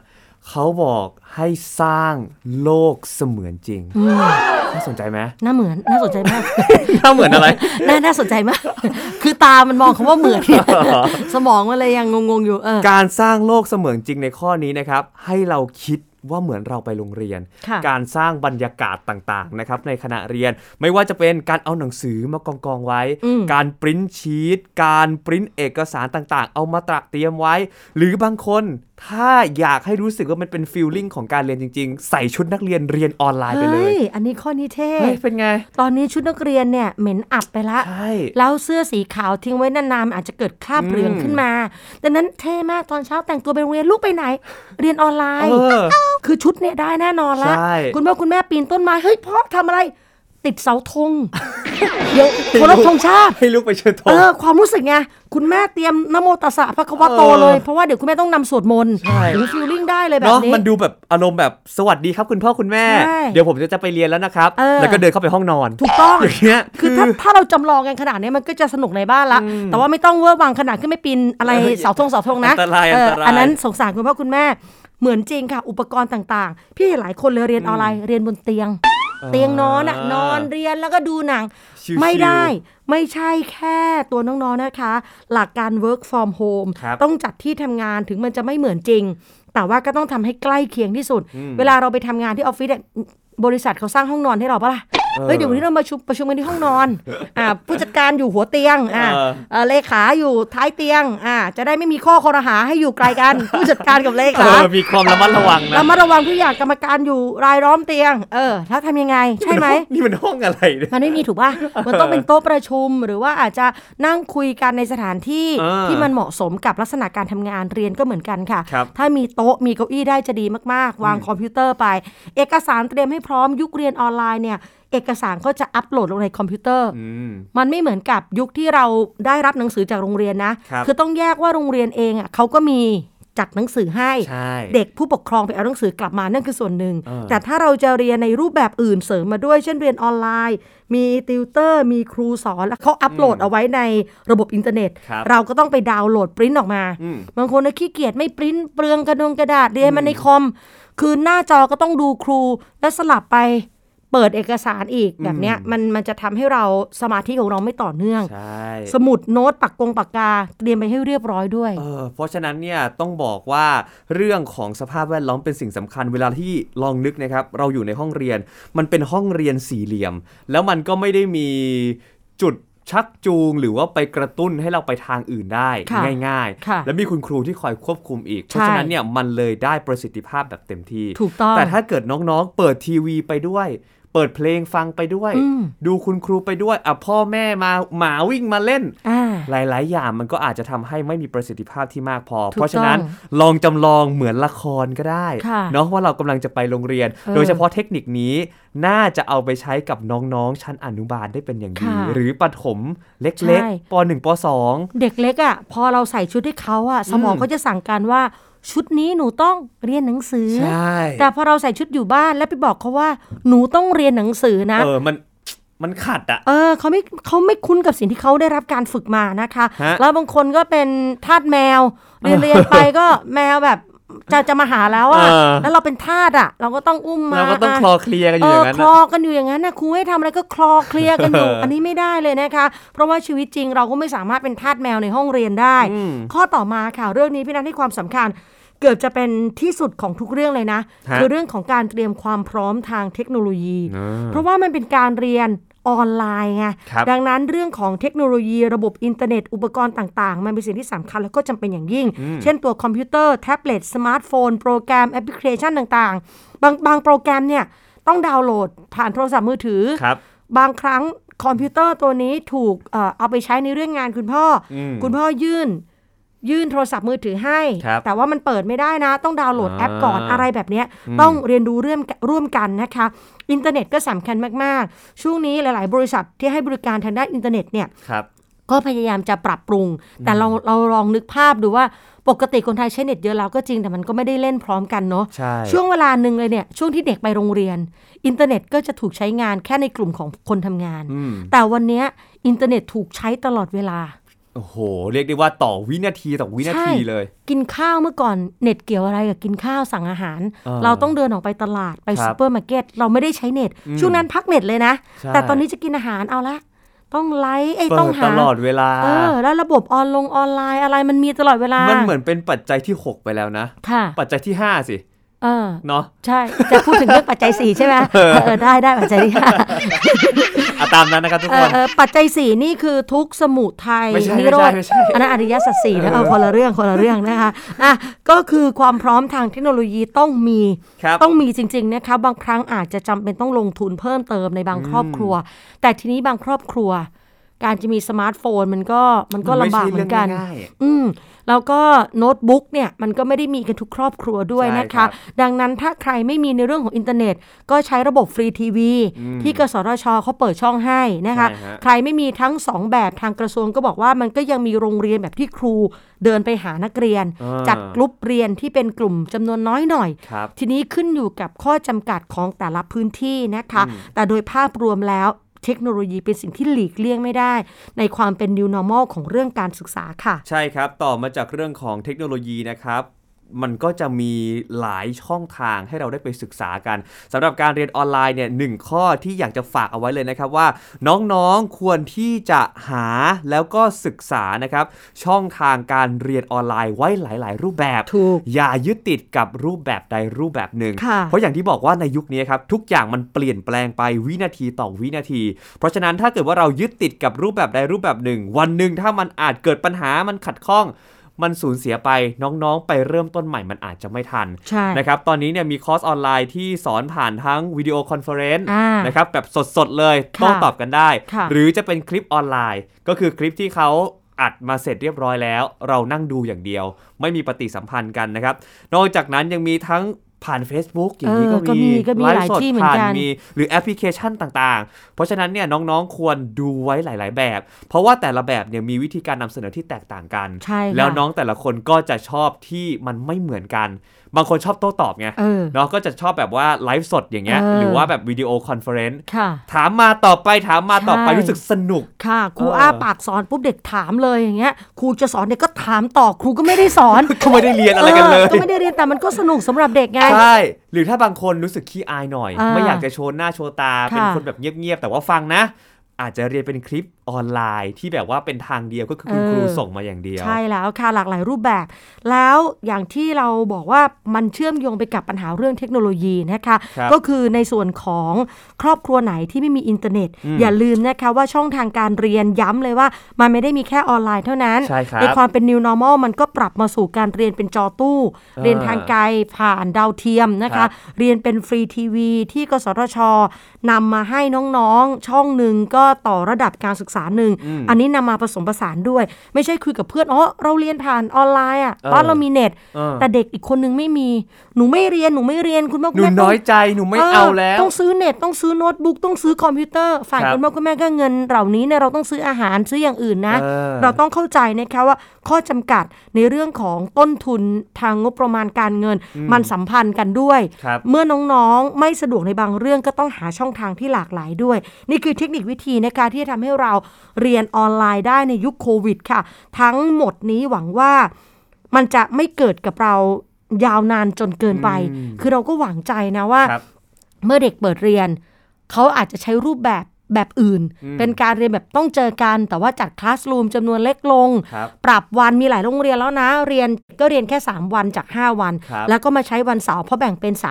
Speaker 3: เขาบอกให้สร้างโลกเสมือนจริง น่าสนใจไหม
Speaker 2: น่าเหมือนน่าสนใจมาก
Speaker 3: น่าเหมือนอะไร
Speaker 2: น่าน่าสนใจมาก คือตามันมองคำว่าเหมือน สมองมันเลยยังงงๆอยู่เออ
Speaker 3: การสร้างโลกเสมือนจริงในข้อนี้นะครับให้เราคิดว่าเหมือนเราไปโรงเรียน
Speaker 2: ค่ะ
Speaker 3: การสร้างบรรยากาศต่างๆนะครับในขณะเรียนไม่ว่าจะเป็นการเอาหนังสือมากองกองๆไว้ การปริ้นชีตการปริ้นเอกสารต่างๆ เอามาตระเตรียมไว้ หรือบางคนถ้าอยากให้รู้สึกว่ามันเป็นฟีลลิ่งของการเรียนจริง ๆ ใส่ชุดนักเรียนเรียนออนไลน์ไปเล
Speaker 2: เฮ้ย
Speaker 3: ย
Speaker 2: อันนี้ข้อนี้เท่
Speaker 3: เฮ้ยเป็นไง
Speaker 2: ตอนนี้ชุดนักเรียนเนี่ยเหม็นอับไปละ
Speaker 3: ใช่
Speaker 2: แล้วเสื้อสีขาวทิ้งไว้นานๆมันอาจจะเกิดคราบเหลืองขึ้นมา ดังนั้นเท่มากตอนเช้าแต่งตัวไปโรงเรียนลูกไปไหน เรียนออนไล
Speaker 3: เอ
Speaker 2: น์
Speaker 3: อ
Speaker 2: คือชุดเนี่ยได้แน่นอนละ
Speaker 3: ใช่
Speaker 2: คุณพ่อคุณแม่ปีนต้นไม้เฮ้ยพ่อทำอะไร ติดเสาธง เดี๋ยว คนรบธงชาติ
Speaker 3: ให้ลูกไปเชิญท
Speaker 2: เอง อความรู้สึกไงคุณแม่เตรียมนะโมตัสสะพระคะวะโต
Speaker 3: เออ
Speaker 2: เลย เพราะว่าเดี๋ยวคุณแม่ต้องนำสวดมนต์
Speaker 3: ใช่
Speaker 2: หรือฟิลลิ่งได้เลยแบ
Speaker 3: เนาะ
Speaker 2: บนี้
Speaker 3: มันดูแบบอารมณ์แบบสวัสดีครับคุณพ่อคุณแม่
Speaker 2: ใช่
Speaker 3: เดี๋ยวผมจะจะไปเรียนแล้วนะครับ
Speaker 2: เออ
Speaker 3: แล้วก็เดินเข้าไปห้องนอน
Speaker 2: ถูกต้อง
Speaker 3: อย่างเงี้ย
Speaker 2: คือถ้าถ้าเราจำลองกันขนาดนี้มันก็จะสนุกในบ้านละ แต่ว่าไม่ต้องเวอร์วังขนาดขึ้นไม่ปีนอะไร
Speaker 3: เออ
Speaker 2: เสาธงเสาธงนะ
Speaker 3: อันตราย
Speaker 2: เ
Speaker 3: นตราย
Speaker 2: นนั้นสงสารคุณพ่อคุณแม่ เหมือนจริงค่ะ อุปกรณ์ต่างๆ พี่เห็นหลายคนเลยเรียนออนไลน์เรียนบนเตียง เตียงนอนอะนอนเรียนแล้วก็ดูหนัง
Speaker 3: ชิวๆ
Speaker 2: ไม่ได้ไม่ใช่แค่ตัวน้องๆนะคะ หลักการ work from home
Speaker 3: ครับ
Speaker 2: ต้องจัดที่ทำงานถึงมันจะไม่เหมือนจริง แต่ว่าก็ต้องทำให้ใกล้เคียงที่สุด เวลาเราไปทำงานที่ออฟฟิศเนี่ยบริษัทเขาสร้างห้องนอนให้เราปะล่ะ เฮ้ยเดี๋ยววันนี้เรามาชุมประชุมกันที่ห้องนอน อ่าผู้จัดการอยู่หัวเตียงอ่า
Speaker 3: เออ
Speaker 2: เอ่อเลขาอยู่ท้ายเตียงอ่าจะได้ไม่มีข้อคอรหาให้อยู่ไกลกัน ผู้จัดการกับเล
Speaker 3: เอ
Speaker 2: ขา
Speaker 3: อมีความระมัดระวังนะ
Speaker 2: เรามาระวังทุกอย่างกรรมการอยู่รายล้อมเตียง เออ แล้วทำยังไง ใช่ไหม
Speaker 3: นี่มันห้องอะไรเนี่ย
Speaker 2: มัน ไม่มีถูกป่ะ มันต้องเป็นโต๊ะประชุมหรือว่าอาจจะนั่งคุยกันในสถานที่
Speaker 3: อ่า
Speaker 2: ที่มันเหมาะสมกับลักษณะการทำงานเรียนก็เหมือนกันค่ะ
Speaker 3: ครับ
Speaker 2: ถ้ามีโต๊ะมีเก้าอี้ได้จะดีมากๆ วางคอมพิวเตอร์ไป เอกสารเตรียมให้พร้อมยุคเรียนออนไลน์เนี่ย เอกสารก็จะอัปโหลดลงในคอมพิวเตอร์ มันไม่เหมือนกับยุคที่เราได้รับหนังสือจากโรงเรียนนะครับ อต้องแยกว่าโรงเรียนเองอ่ะเขาก็มีจัดหนังสือให้
Speaker 3: ใช่
Speaker 2: เด็กผู้ปกครองไปเอาหนังสือกลับมานั่นคือส่วนหนึ่ง
Speaker 3: เออ
Speaker 2: แต่ถ้าเราจะเรียนในรูปแบบอื่นเสริมมาด้วย เช่นเรียนออนไลน์ มีติวเตอร์ มีครูสอนแล้วเขาอัปโหลดเอาไว้ในระบบอินเทอร์เน็ต
Speaker 3: ครับ
Speaker 2: เราก็ต้องไปดาวน์โหลดปริ้นออกมา
Speaker 3: อืม
Speaker 2: บางคนนะขี้เกียจไม่ปริ้นเปลืองกระดงกระดาษเรียนมาในคอม คือหน้าจอก็ต้องดูครู แล้วสลับไปเปิดเอกสารอีกแบบเนี้ยมันมันจะทำให้เราสมาธิของเราไม่ต่อเนื่อง
Speaker 3: ใช่
Speaker 2: สมุดโน้ตปากกงปากกาเตรียมไปให้เรียบร้อยด้วย
Speaker 3: เออเพราะฉะนั้นเนี่ยต้องบอกว่าเรื่องของสภาพแวดล้อมเป็นสิ่งสำคัญเวลาที่ลองนึกนะครับ เราอยู่ในห้องเรียน มันเป็นห้องเรียนสี่เหลี่ยม แล้วมันก็ไม่ได้มีจุดชักจูง หรือว่าไปกระตุ้นให้เราไปทางอื่นได้
Speaker 2: ค่ะ
Speaker 3: ง่าย
Speaker 2: ค่ะ
Speaker 3: ๆ แล้วมีคุณครูที่คอยควบคุมอีก เพ
Speaker 2: ใช่
Speaker 3: ราะฉะนั้นเนี่ยมันเลยได้ประสิทธิภาพแบบเต็มที่
Speaker 2: ถูกต้อง
Speaker 3: แต่ถ้าเกิดน้องๆ เปิดทีวีไปด้วย เปิดเพลงฟังไปด้วย
Speaker 2: อืม
Speaker 3: ดูคุณครูไปด้วยอ่ะพ่อแม่มาหมาวิ่งมาเล่น
Speaker 2: อ่า
Speaker 3: หลาย ๆ อย่างมันก็อาจจะทำให้ไม่มีประสิทธิภาพที่มากพอ
Speaker 2: ถูก
Speaker 3: เพราะฉะนั้นลองจำลองเหมือนละครก็ได้
Speaker 2: ค่ะ
Speaker 3: เนาะว่าเรากำลังจะไปโรงเรียน
Speaker 2: เออ
Speaker 3: โดยเฉพาะเทคนิคนี้น่าจะเอาไปใช้กับน้อง ๆ ชั้นอนุบาลได้เป็นอย่างดี
Speaker 2: ค่ะ
Speaker 3: หรือปฐมเล็ก
Speaker 2: ใช่
Speaker 3: ๆป .1 ป .2
Speaker 2: เด็กเล็กอะ่ะพอเราใส่ชุดให้เขาอะ่ะสมองเขาจะสั่งการว่าชุดนี้หนูต้องเรียนหนังสือ
Speaker 3: ใช่
Speaker 2: แต่พอเราใส่ชุดอยู่บ้านแล้วไปบอกเขาว่าหนูต้องเรียนหนังสือนะ
Speaker 3: เออมันมันขัดอะ
Speaker 2: เออเขาไม่เขาไม่คุ้นกับสิ่งที่เขาได้รับการฝึกมานะคะ
Speaker 3: ฮะ
Speaker 2: แล้วบางคนก็เป็นทาสแมว เรียนเรียนไปก็แมวแบบจะจะมาหาแล้วอะ่ะ
Speaker 3: เออ
Speaker 2: แล้วเราเป็นทาสอะ่ะ เราก็ต้องอุ้มมา
Speaker 3: เราก็ต้อง
Speaker 2: ะ
Speaker 3: คลอเคลียร์กันอยู่อย่างนั้น
Speaker 2: เออคล
Speaker 3: น่ะ
Speaker 2: อกันอยู่อย่างนั้นนะครูให้ทำอะไรก็คลอเคลียร์กันอยู่
Speaker 3: เอออั
Speaker 2: อันนี้ไม่ได้เลยนะคะ เพราะว่าชีวิตจริงเราก็ไม่สามารถเป็นทาสแมวในห้องเรียนได้
Speaker 3: อืม
Speaker 2: ข้อต่อมาค่ะ เรื่องนี้พี่นันให้ความสำคัญ เกือบจะเป็นที่สุดของทุกเรื่องเลยนะ
Speaker 3: ฮะ
Speaker 2: คือเรื่องของการเตรียมความพร้อมทางเทคโนโลยี เพราะว่ามันเป็นการเรียนออนไลน์ไง
Speaker 3: ครับ
Speaker 2: ดังนั้นเรื่องของเทคโนโลยีระบบอินเทอร์เน็ต อุปกรณ์ต่างๆ มันเป็นสิ่งที่สำคัญแล้วก็จำเป็นอย่างยิ่ง เช่นตัวคอมพิวเตอร์แท็บเล็ตสมาร์ทโฟน โปรแกรมแอปพลิเคชันต่างๆ บางบางโปรแกรมเนี่ย ต้องดาวน์โหลดผ่านโทรศัพท์มือถือ
Speaker 3: ครับ
Speaker 2: บางครั้งคอมพิวเตอร์ตัวนี้ถูกเอ่อเอาไปใช้ในเรื่องงานคุณพ่ออ
Speaker 3: ม
Speaker 2: คุณพ่อยื่น ยื่นโทรศัพท์มือถือให้
Speaker 3: ครับ
Speaker 2: แต่ว่ามันเปิดไม่ได้นะ ต้องดาวน์โหลดแอปก่อน
Speaker 3: อ่า
Speaker 2: อะไรแบบเนี้ยต้องเรียนรู้เรื่องร่วมกันนะคะ อินเทอร์เน็ตก็สำคัญมากๆ ช่วงนี้หลาย ๆ บริษัทที่ให้บริการทางด้านอินเทอร์เน็ตเนี่ย
Speaker 3: ครับ
Speaker 2: ก็พยายามจะปรับปรุง แต่เราเราลองนึกภาพดูว่าปกติคนไทยใช้เน็ตเยอะแล้วก็จริงแต่มันก็ไม่ได้เล่นพร้อมกันเนาะ
Speaker 3: ใช่
Speaker 2: วงเวลาหนึ่งเลยเนี่ย ช่วงที่เด็กไปโรงเรียน อินเทอร์เน็ตก็จะถูกใช้งานแค่ในกลุ่มของคนทำงาน แต่วันเนี้ยอินเทอร์เน็ตถูกใช้ตลอดเวลา
Speaker 3: โอ้โห เรียกได้ว่าต่อวินาทีต่อวินาทีเลย
Speaker 2: ใช่กินข้าวเมื่อก่อนเน็ตเกี่ยวอะไรกับกินข้าวสั่งอาหาร
Speaker 3: เออ
Speaker 2: เราต้องเดินออกไปตลาดไป
Speaker 3: ครับ
Speaker 2: ซูเปอร์มาร์เก็ตเราไม่ได้ใช้เน็ต ช่วงนั้นพักเน็ตเลยนะ
Speaker 3: ใช่
Speaker 2: แต่ตอนนี้จะกินอาหารเอาละ ต้องไลค์ไอ้ย
Speaker 3: เปิ
Speaker 2: ต้อง
Speaker 3: ด
Speaker 2: หา
Speaker 3: ตลอดเวลา
Speaker 2: เออแล้วระบบออนลงออนไลน์อะไรมันมีตลอดเวลา
Speaker 3: มั
Speaker 2: มัน
Speaker 3: เหมือนเป็นปัจจัยที่ 6 ไปแล้วนะ
Speaker 2: ค่ะ
Speaker 3: ปัจจัยที่ 5 สิ
Speaker 2: เออ
Speaker 3: เนาะ
Speaker 2: ใช่ จะพูดถึงเรื่องปัจจัยสี่ใช่ไหมเออเออได้ได้ปัจจัยที่ห้า
Speaker 3: อ่ะตามนั้นนะครับทุก
Speaker 2: เอ
Speaker 3: ค
Speaker 2: อน เออปัจจัยสี่นี่คือทุกข์สมุทัย
Speaker 3: ไม่ใช่
Speaker 2: นิโรธ
Speaker 3: ไม่ใช่
Speaker 2: อันนั้นอริยสัจสี่นะเออคนละเรื่องคนละเรื่องนะคะอ่ะก็คือความพร้อมทางเทคโนโลยีต้องมี
Speaker 3: ครับ
Speaker 2: ต้องมีจริง ๆ นะคะ บางครั้งอาจจะจำเป็นต้องลงทุนเพิ่มเติมในบางครอบครัว แต่ทีนี้บางครอบครัว การจะมีสมาร์ทโฟนมันก็มันก็
Speaker 3: มันไม่
Speaker 2: ลำบาก
Speaker 3: ใช่
Speaker 2: เหมือนกัน
Speaker 3: เรื่องง่ายๆอะ
Speaker 2: อืมแล้วก็โน้ตบุ๊กเนี่ยมันก็ไม่ได้มีกันทุกครอบครัวด้วยนะ
Speaker 3: ใช่ครั
Speaker 2: คะ
Speaker 3: บ
Speaker 2: ดังนั้นถ้าใครไม่มีในเรื่องของอินเทอร์เน็ต ก็ใช้ระบบฟรีทีวี ที่กสทชเขาเปิดช่องให้นะคะ
Speaker 3: ใช่ฮะ
Speaker 2: ใครไม่มีทั้งสองแบบทางกระทรวงก็บอกว่ามันก็ยังมีโรงเรียนแบบที่ครูเดินไปหานักเรียน
Speaker 3: อ่า
Speaker 2: จัดกลุ่มเรียนที่เป็นกลุ่มจำนวนน้อยหน่อย
Speaker 3: ครับ
Speaker 2: ทีนี้ขึ้นอยู่กับข้อจำกัดของแต่ละพื้นที่นะคะ แต่โดยภาพรวมแล้วเทคโนโลยีเป็นสิ่งที่หลีกเลี่ยงไม่ได้ ในความเป็น new normal ของเรื่องการศึกษาค่ะ
Speaker 3: ใช่ครับ ต่อมาจากเรื่องของเทคโนโลยีนะครับ มันก็จะมีหลายช่องทางให้เราได้ไปศึกษากันสำหรับการเรียนออนไลน์เนี่ยหนึ่งข้อที่อยากจะฝากเอาไว้เลยนะครับว่า น้องๆควรที่จะหาแล้วก็ศึกษานะครับ ช่องทางการเรียนออนไลน์ไว้หลาย ๆ รูปแบบ
Speaker 2: ถูก
Speaker 3: อย่ายึดติดกับรูปแบบใดรูปแบบหนึ่ง
Speaker 2: ค่ะ
Speaker 3: เพราะอย่างที่บอกว่าในยุคนี้ครับ ทุกอย่างมันเปลี่ยนแปลงไปวินาทีต่อวินาที เพราะฉะนั้นถ้าเกิดว่าเรายึดติดกับรูปแบบใดรูปแบบหนึ่ง วันหนึ่งถ้ามันอาจเกิดปัญหามันขัดข้อง มันสูญเสียไปน้องๆ ไปเริ่มต้นใหม่มันอาจจะไม่ทัน
Speaker 2: ใช่
Speaker 3: นะครับตอนนี้เนี่ยมีคอร์สออนไลน์ที่สอนผ่านทั้งวิดีโอคอนเฟอเรนซ์
Speaker 2: อ่าน
Speaker 3: นะครับแบบสดๆเลย
Speaker 2: ค่ะ
Speaker 3: โต้องตอบกันได้
Speaker 2: ค่ะ
Speaker 3: หรือจะเป็นคลิปออนไลน์ ก็คือคลิปที่เขาอัดมาเสร็จเรียบร้อยแล้ว เรานั่งดูอย่างเดียว ไม่มีปฏิสัมพันธ์กันนะครับ นอกจากนั้นยังมีทั้งผ่าน Facebook อย่างนี้
Speaker 2: เออก็
Speaker 3: ก็
Speaker 2: มี
Speaker 3: มี
Speaker 2: ก็มี
Speaker 3: ไล
Speaker 2: หลาย
Speaker 3: ฟ์สด
Speaker 2: ที่เหมือน
Speaker 3: ผ่าน
Speaker 2: กัน
Speaker 3: มีหรือแอปพลิเคชันต่างๆ เพราะฉะนั้นเนี่ยน้องๆควรดูไว้หลาย ๆ แบบ เพราะว่าแต่ละแบบเนี่ยมีวิธีการนำเสนอที่แตกต่างกัน
Speaker 2: ใช่ค่ะ
Speaker 3: แล้วน้องแต่ละคนก็จะชอบที่มันไม่เหมือนกัน บางคนชอบโต้ตอบไง
Speaker 2: เออ
Speaker 3: เนาะก็จะชอบแบบว่าไลฟ์สดอย่างเงี้ย
Speaker 2: เออ
Speaker 3: หรือว่าแบบวิดีโอคอนเฟอเรนซ์
Speaker 2: ค่ะ
Speaker 3: ถามมาตอบไปถามมาตอบไป
Speaker 2: ใช่
Speaker 3: รู้สึกสนุก
Speaker 2: ค่ะครู
Speaker 3: เอออ้
Speaker 2: อ้าปากสอนปุ๊บเด็กถามเลยอย่างเงี้ยครูจะสอนเด็กก็ถามต่อครูก็ไม่ได้สอน
Speaker 3: ก็ไม่ได้เรียนอะไรกันเลย
Speaker 2: ก็ไม่ได้เรียนแต่มันก็สนุกสำหรับเด็กไง
Speaker 3: ใช่ หรือถ้าบางคนรู้สึกขี้อายหน่อย
Speaker 2: อ่า
Speaker 3: ไม่อยากจะโชว์หน้าโชว์ตา
Speaker 2: ค่ะ
Speaker 3: เป็นคนแบบเงียบๆ แต่ว่าฟังนะ อาจจะเรียนเป็นคลิปออนไลน์ที่แบบว่าเป็นทางเดียวก็คือคุณ
Speaker 2: เออ
Speaker 3: ครูส่งมาอย่างเดียว
Speaker 2: ใช่แล้วค่ะหลากหลายรูปแบบ แล้วอย่างที่เราบอกว่ามันเชื่อมโยงไปกับปัญหาเรื่องเทคโนโลยีนะคะ
Speaker 3: ครับ
Speaker 2: ก็คือในส่วนของครอบครัวไหนที่ไม่มีอินเทอร์เน็ต อย่าลืมนะคะว่าช่องทางการเรียนย้ำเลยว่า มันไม่ได้มีแค่ออนไลน์เท่านั้น
Speaker 3: ใช่ครับ
Speaker 2: ความเป็น new normal มันก็ปรับมาสู่การเรียนเป็นจอตู้ เรียนทางไกลผ่านดาวเทียมนะ
Speaker 3: ครั
Speaker 2: คะ
Speaker 3: บ
Speaker 2: เรียนเป็นฟรีทีวีที่กสทชนำมาให้น้องๆ ช่องหนึ่งก็ต่อระดับการศึกษาหนึ่ง อันนี้นำมาผสมผสานด้วย ไม่ใช่คุยกับเพื่อนอ๋อเราเรียนผ่านออนไลน์อ่ะ
Speaker 3: เออ
Speaker 2: บ้านเรามีเน็ต
Speaker 3: เออ
Speaker 2: แต่เด็กอีกคนนึงไม่มี หนูไม่เรียนหนูไม่เรียนคุณพ่อ
Speaker 3: ห
Speaker 2: คุณ
Speaker 3: นู
Speaker 2: แม่ต้ง
Speaker 3: น้อยใจ หนูไม่เอาแล้ว
Speaker 2: ต้องซื้อเน็ตต้องซื้อโน้ตบุ๊กต้องซื้อคอมพิวเตอร์ฝ่าย
Speaker 3: ครับ
Speaker 2: คุณพ่อคุณแม่ก็เงินเหล่านี้เนี่ยเราต้องซื้ออาหารซื้ออย่างอื่นนะ
Speaker 3: เออ
Speaker 2: เราต้องเข้าใจนะคะว่าข้อจำกัดในเรื่องของต้นทุนทางงบประมาณการเงิน มันสัมพันธ์กันด้วย
Speaker 3: ครับ
Speaker 2: เมื่อน้องๆ ไม่สะดวกในบางเรื่องก็ต้องหาช่องทางที่หลากหลายด้วย นี่คือเทคนิควิธีนะคะที่จะทำให้เราเรียนออนไลน์ได้ในยุคโควิดค่ะ ทั้งหมดนี้หวังว่ามันจะไม่เกิดกับเรายาวนานจนเกินไป คือเราก็หวังใจนะว่า
Speaker 3: ครับ
Speaker 2: เมื่อเด็กเปิดเรียน เขาอาจจะใช้รูปแบบแบบอื่น เป็นการเรียนแบบต้องเจอกัน แต่ว่าจัดคลาสรูมจำนวนเล็กลง
Speaker 3: ครับ
Speaker 2: ปรับวันมีหลายโรงเรียนแล้วนะ เรียนก็เรียนแค่ 3 วันจาก 5 วัน
Speaker 3: ครับ
Speaker 2: แล้วก็มาใช้วันเสาร์เพราะแบ่งเป็น 3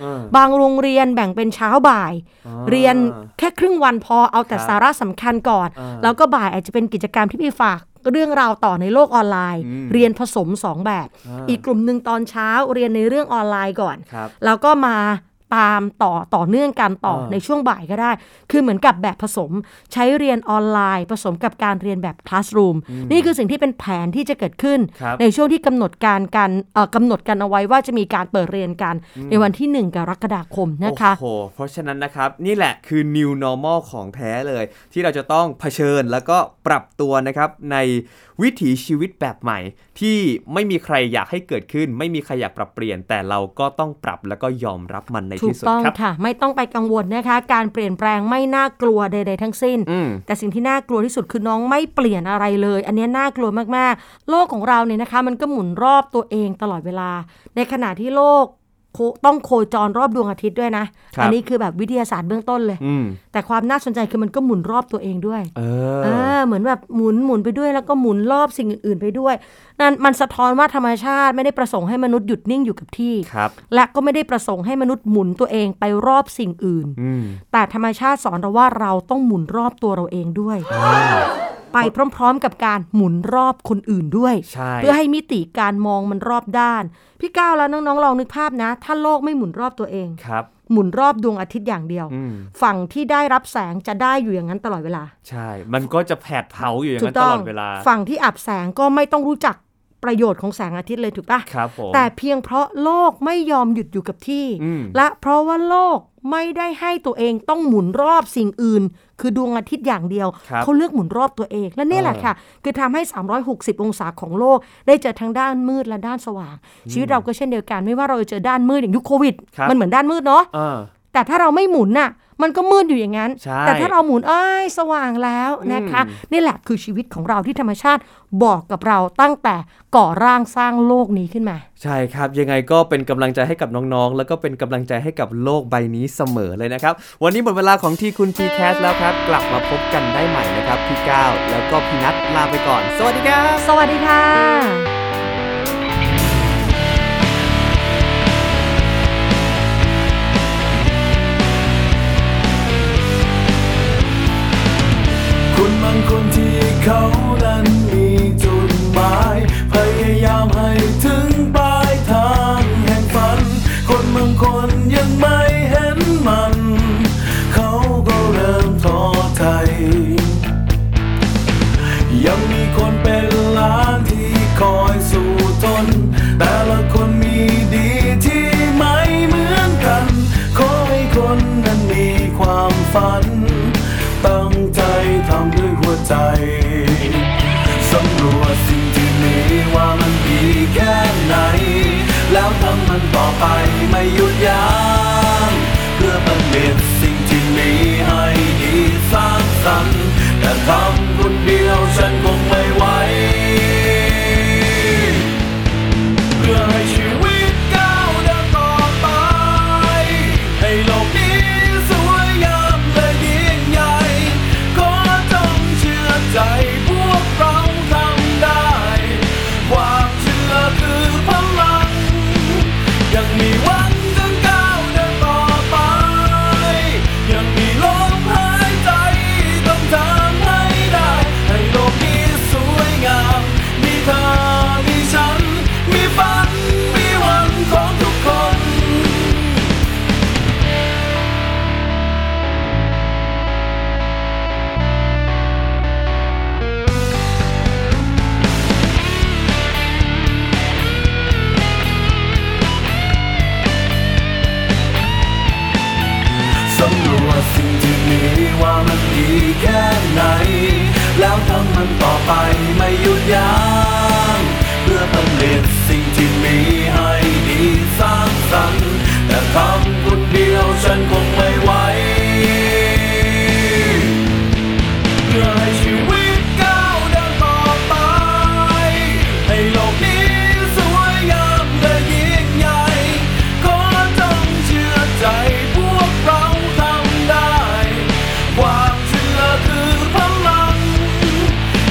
Speaker 3: เออ
Speaker 2: 3 บางโรงเรียนแบ่งเป็นเช้าบ่าย
Speaker 3: อ่า
Speaker 2: เรียนแค่ครึ่งวันพอเอาแต่
Speaker 3: ครับ
Speaker 2: สาระสำคัญก่อน
Speaker 3: อ่า
Speaker 2: แล้วก็บ่ายอาจจะเป็นกิจกรรมที่มีฝากเรื่องราวต่อในโลกออนไลน์
Speaker 3: อืม
Speaker 2: เรียนผสมสองแบบ
Speaker 3: อ่า
Speaker 2: อีกกลุ่มหนึ่งตอนเช้าเรียนในเรื่องออนไลน์ก่อน
Speaker 3: ครับ
Speaker 2: แล้วก็มาตามต่อต่อเนื่องกันต่อ
Speaker 3: อ่า
Speaker 2: ในช่วงบ่ายก็ได้ คือเหมือนกับแบบผสมใช้เรียนออนไลน์ ผสมกับการเรียนแบบคลาสรูมนี่คือสิ่งที่เป็นแผนที่จะเกิดขึ้น
Speaker 3: ครับ
Speaker 2: ในช่วงที่กำหนดการกันเอ่อกำหนดกันเอาไว้ว่าจะมีการเปิดเรียนกัน ในวันที่ 1 กรกฎาคมนะคะ
Speaker 3: โอ้โห เพราะฉะนั้นนะครับ นี่แหละคือ new normal ของแท้เลย ที่เราจะต้องเผชิญแล้วก็ปรับตัวนะครับ ในวิถีชีวิตแบบใหม่ ที่ไม่มีใครอยากให้เกิดขึ้น ไม่มีใครอยากปรับเปลี่ยน แต่เราก็ต้องปรับแล้วก็ยอมรับมันใน
Speaker 2: ถู
Speaker 3: ที่
Speaker 2: ก
Speaker 3: สุด
Speaker 2: ต้อง
Speaker 3: ครับ
Speaker 2: ค่ะ ไม่ต้องไปกังวลนะคะ การเปลี่ยนแปลงไม่น่ากลัวใดๆทั้งสิ้น
Speaker 3: อืม
Speaker 2: แต่สิ่งที่น่ากลัวที่สุดคือน้องไม่เปลี่ยนอะไรเลย อันเนี้ยน่ากลัวมากๆ โลกของเราเนี่ยนะคะ มันก็หมุนรอบตัวเองตลอดเวลา ในขณะที่โลกโคต้องโคจรรอบดวงอาทิตย์ด้วยนะ
Speaker 3: ครับ
Speaker 2: อันี้คือแบบวิทยาศาสตร์เบื้องต้นเลย
Speaker 3: อืม
Speaker 2: แต่ความน่าสนใจคือมันก็หมุนรอบตัวเองด้วย
Speaker 3: เออ
Speaker 2: เออเหมือนแบบหมุนหมุนไปด้วยแล้วก็หมุนรอบสิ่งอื่น ๆ ไปด้วย นั่นมันสะท้อนว่าธรรมชาติไม่ได้ประสงค์ให้มนุษย์หยุดนิ่งอยู่กับที่
Speaker 3: ครับ
Speaker 2: และก็ไม่ได้ประสงค์ให้มนุษย์หมุนตัวเองไปรอบสิ่งอื่น
Speaker 3: อืม
Speaker 2: แต่ธรรมชาติสอนเราว่าเราต้องหมุนรอบตัวเราเองด้วย ไปพร้อมๆกับการหมุนรอบคนอื่นด้วย
Speaker 3: ใช่
Speaker 2: เพื่อให้มิติการมองมันรอบด้าน พี่ก้าวแล้วน้องๆลองนึกภาพนะ ถ้าโลกไม่หมุนรอบตัวเอง
Speaker 3: ครับ
Speaker 2: หมุนรอบดวงอาทิตย์อย่างเดียว
Speaker 3: อืม
Speaker 2: ฝั่งที่ได้รับแสงจะได้อยู่อย่างนั้นตลอดเวลา
Speaker 3: ใช่ มันก็จะแผดเผาอยู่อย่าง
Speaker 2: ถู
Speaker 3: นั้
Speaker 2: ก
Speaker 3: นต
Speaker 2: ต้อ
Speaker 3: ล
Speaker 2: ง
Speaker 3: อดเวลา
Speaker 2: ฝั่งที่อับแสงก็ไม่ต้องรู้จักประโยชน์ของแสงอาทิตย์เลยถูกปะ
Speaker 3: ครับผม
Speaker 2: แต่เพียงเพราะโลกไม่ยอมหยุดอยู่กับที่
Speaker 3: อืม
Speaker 2: และเพราะว่าโลกไม่ได้ให้ตัวเองต้องหมุนรอบสิ่งอื่น คือดวงอาทิตย์อย่างเดียว
Speaker 3: ครับ
Speaker 2: เขาเลือกหมุนรอบตัวเอง และนี่แหละค่ะ คือทำให้ 360 องศาของโลก ได้เจอทั้งด้านมืดและด้านสว่าง ชีวิตเราก็เช่นเดียวกันไม่ว่าเราจะเจอด้านมืดอย่างยุคโควิด
Speaker 3: ครับ
Speaker 2: มันเหมือนด้านมืดเนาะ
Speaker 3: เออ
Speaker 2: แต่ถ้าเราไม่หมุนน่ะ มันก็มืดอยู่อย่างนั้น
Speaker 3: ใช่
Speaker 2: แต่ถ้าเราหมุนเอ้ยสว่างแล้วนะคะ
Speaker 3: อืม
Speaker 2: นี่แหละคือชีวิตของเราที่ธรรมชาติบอกกับเราตั้งแต่ก่อร่างสร้างโลกนี้ขึ้นมา
Speaker 3: ใช่ครับ ยังไงก็เป็นกำลังใจให้กับน้องๆ แล้วก็เป็นกำลังใจให้กับโลกใบนี้เสมอเลยนะครับ วันนี้หมดเวลาของที่คุณทีแคสแล้วครับ กลับมาพบกันได้ใหม่นะครับ พี่ก้าวแล้วก็พี่นัทลาไปก่อน สวัสดีครับ
Speaker 2: สวัสดีค่ะ
Speaker 1: คนบางคนที่เขานั้นมีจุดหมาย พยายามให้ถึงปลายทางแห่งฝัน คนบางคนยังไม่เห็นมัน เขาก็เริ่มท้อใจ ยังมีคนเป็นล้านที่คอยสู้ทน แต่ละคนมีดีที่ไม่เหมือนกัน ขอให้คนนั้นมีความฝัน ตั้งใจทำด้วยหัวใจ สำรวจสิ่งที่มีว่ามันดีแค่ไหน แล้วทำมันต่อไปไม่หยุดยั้งเพื่อประเด็นสิ่งที่มีให้ดีสร้างสรรค์แต่ทำคนเดียวฉันคงไม่ไหว เพื่อให้ชีวิตก้าวเดินต่อไป ให้โลกนี้สวยงามและยิ่งใหญ่ ก็ต้องเชื่อใจพวกเราทำได้ ความเชื่อคือพลัง ยังมีหวันจะก้าวเดินต่อไป ยังมีลมหายใจต้องทำให้ได้ ให้โลกนี้สวยงาม มีเธอ มีฉัน มีฝัน มีหวังของทุกคน สำรวจสิ่งที่มีว่ามันดีแค่ไหน แล้วทำมันต่อไปไม่หยุดยั้งเพื่อผลิตสิ่งที่มีให้ดีสร้างสรรค์แต่ทำคนเดียวฉันคงไม่ไหว เพื่อให้ชีวิตก้าวเดินต่อไป ให้โลกนี้สวยงามและยิ่งใหญ่ ขอจงเชื่อใจพวกเราทำได้ ความเชื่อคือพลัง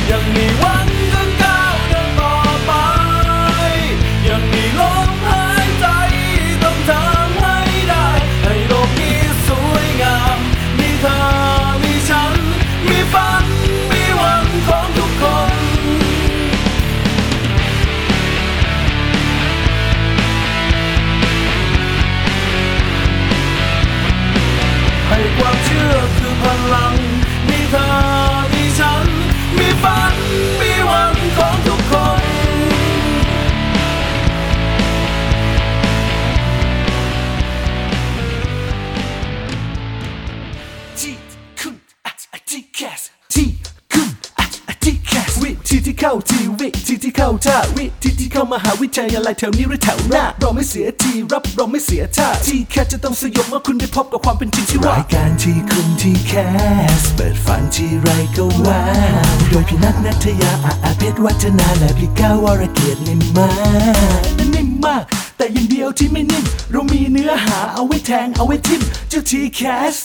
Speaker 1: ยังมีหวังจะก้าวเดินต่อไป ยังมีลมหายใจต้องทำให้ได้ ให้โลกนี้สวยงาม มีเธอ มีฉัน มีฝัน มีหวังของทุกคน ให้ความเชื่อคือพลัง มีเธอ มีฉัน มีฝัน มีหวังของทุกคน ที่คุณอาจอาจที่แคสที่คุณอาจอาจที่แคสวิธีที่เข้าทีวิธีที่เข้าท่าวิธีที่เข้ามหาวิทยาลัยแถวนี้หรือแถวหน้าเราไม่เสียทีรับเราไม่เสียท่าที่แคสจะต้องสยบเมื่อคุณได้พบกับความเป็นจริงที่ว่ารายการที่คุณที่แคสเปิดฝันที่ไรก็ว้าวโดยพี่นัทนัทยาอาอาเพชรวัฒนาและพี่ก้าววรเกียรตินิ่มมากนิ่มมาก แต่อย่างเดียวที่ไม่นิ่มเรามีเนื้อหาเอาไว้แทงเอาไว้ทิมเจ้าทีแคส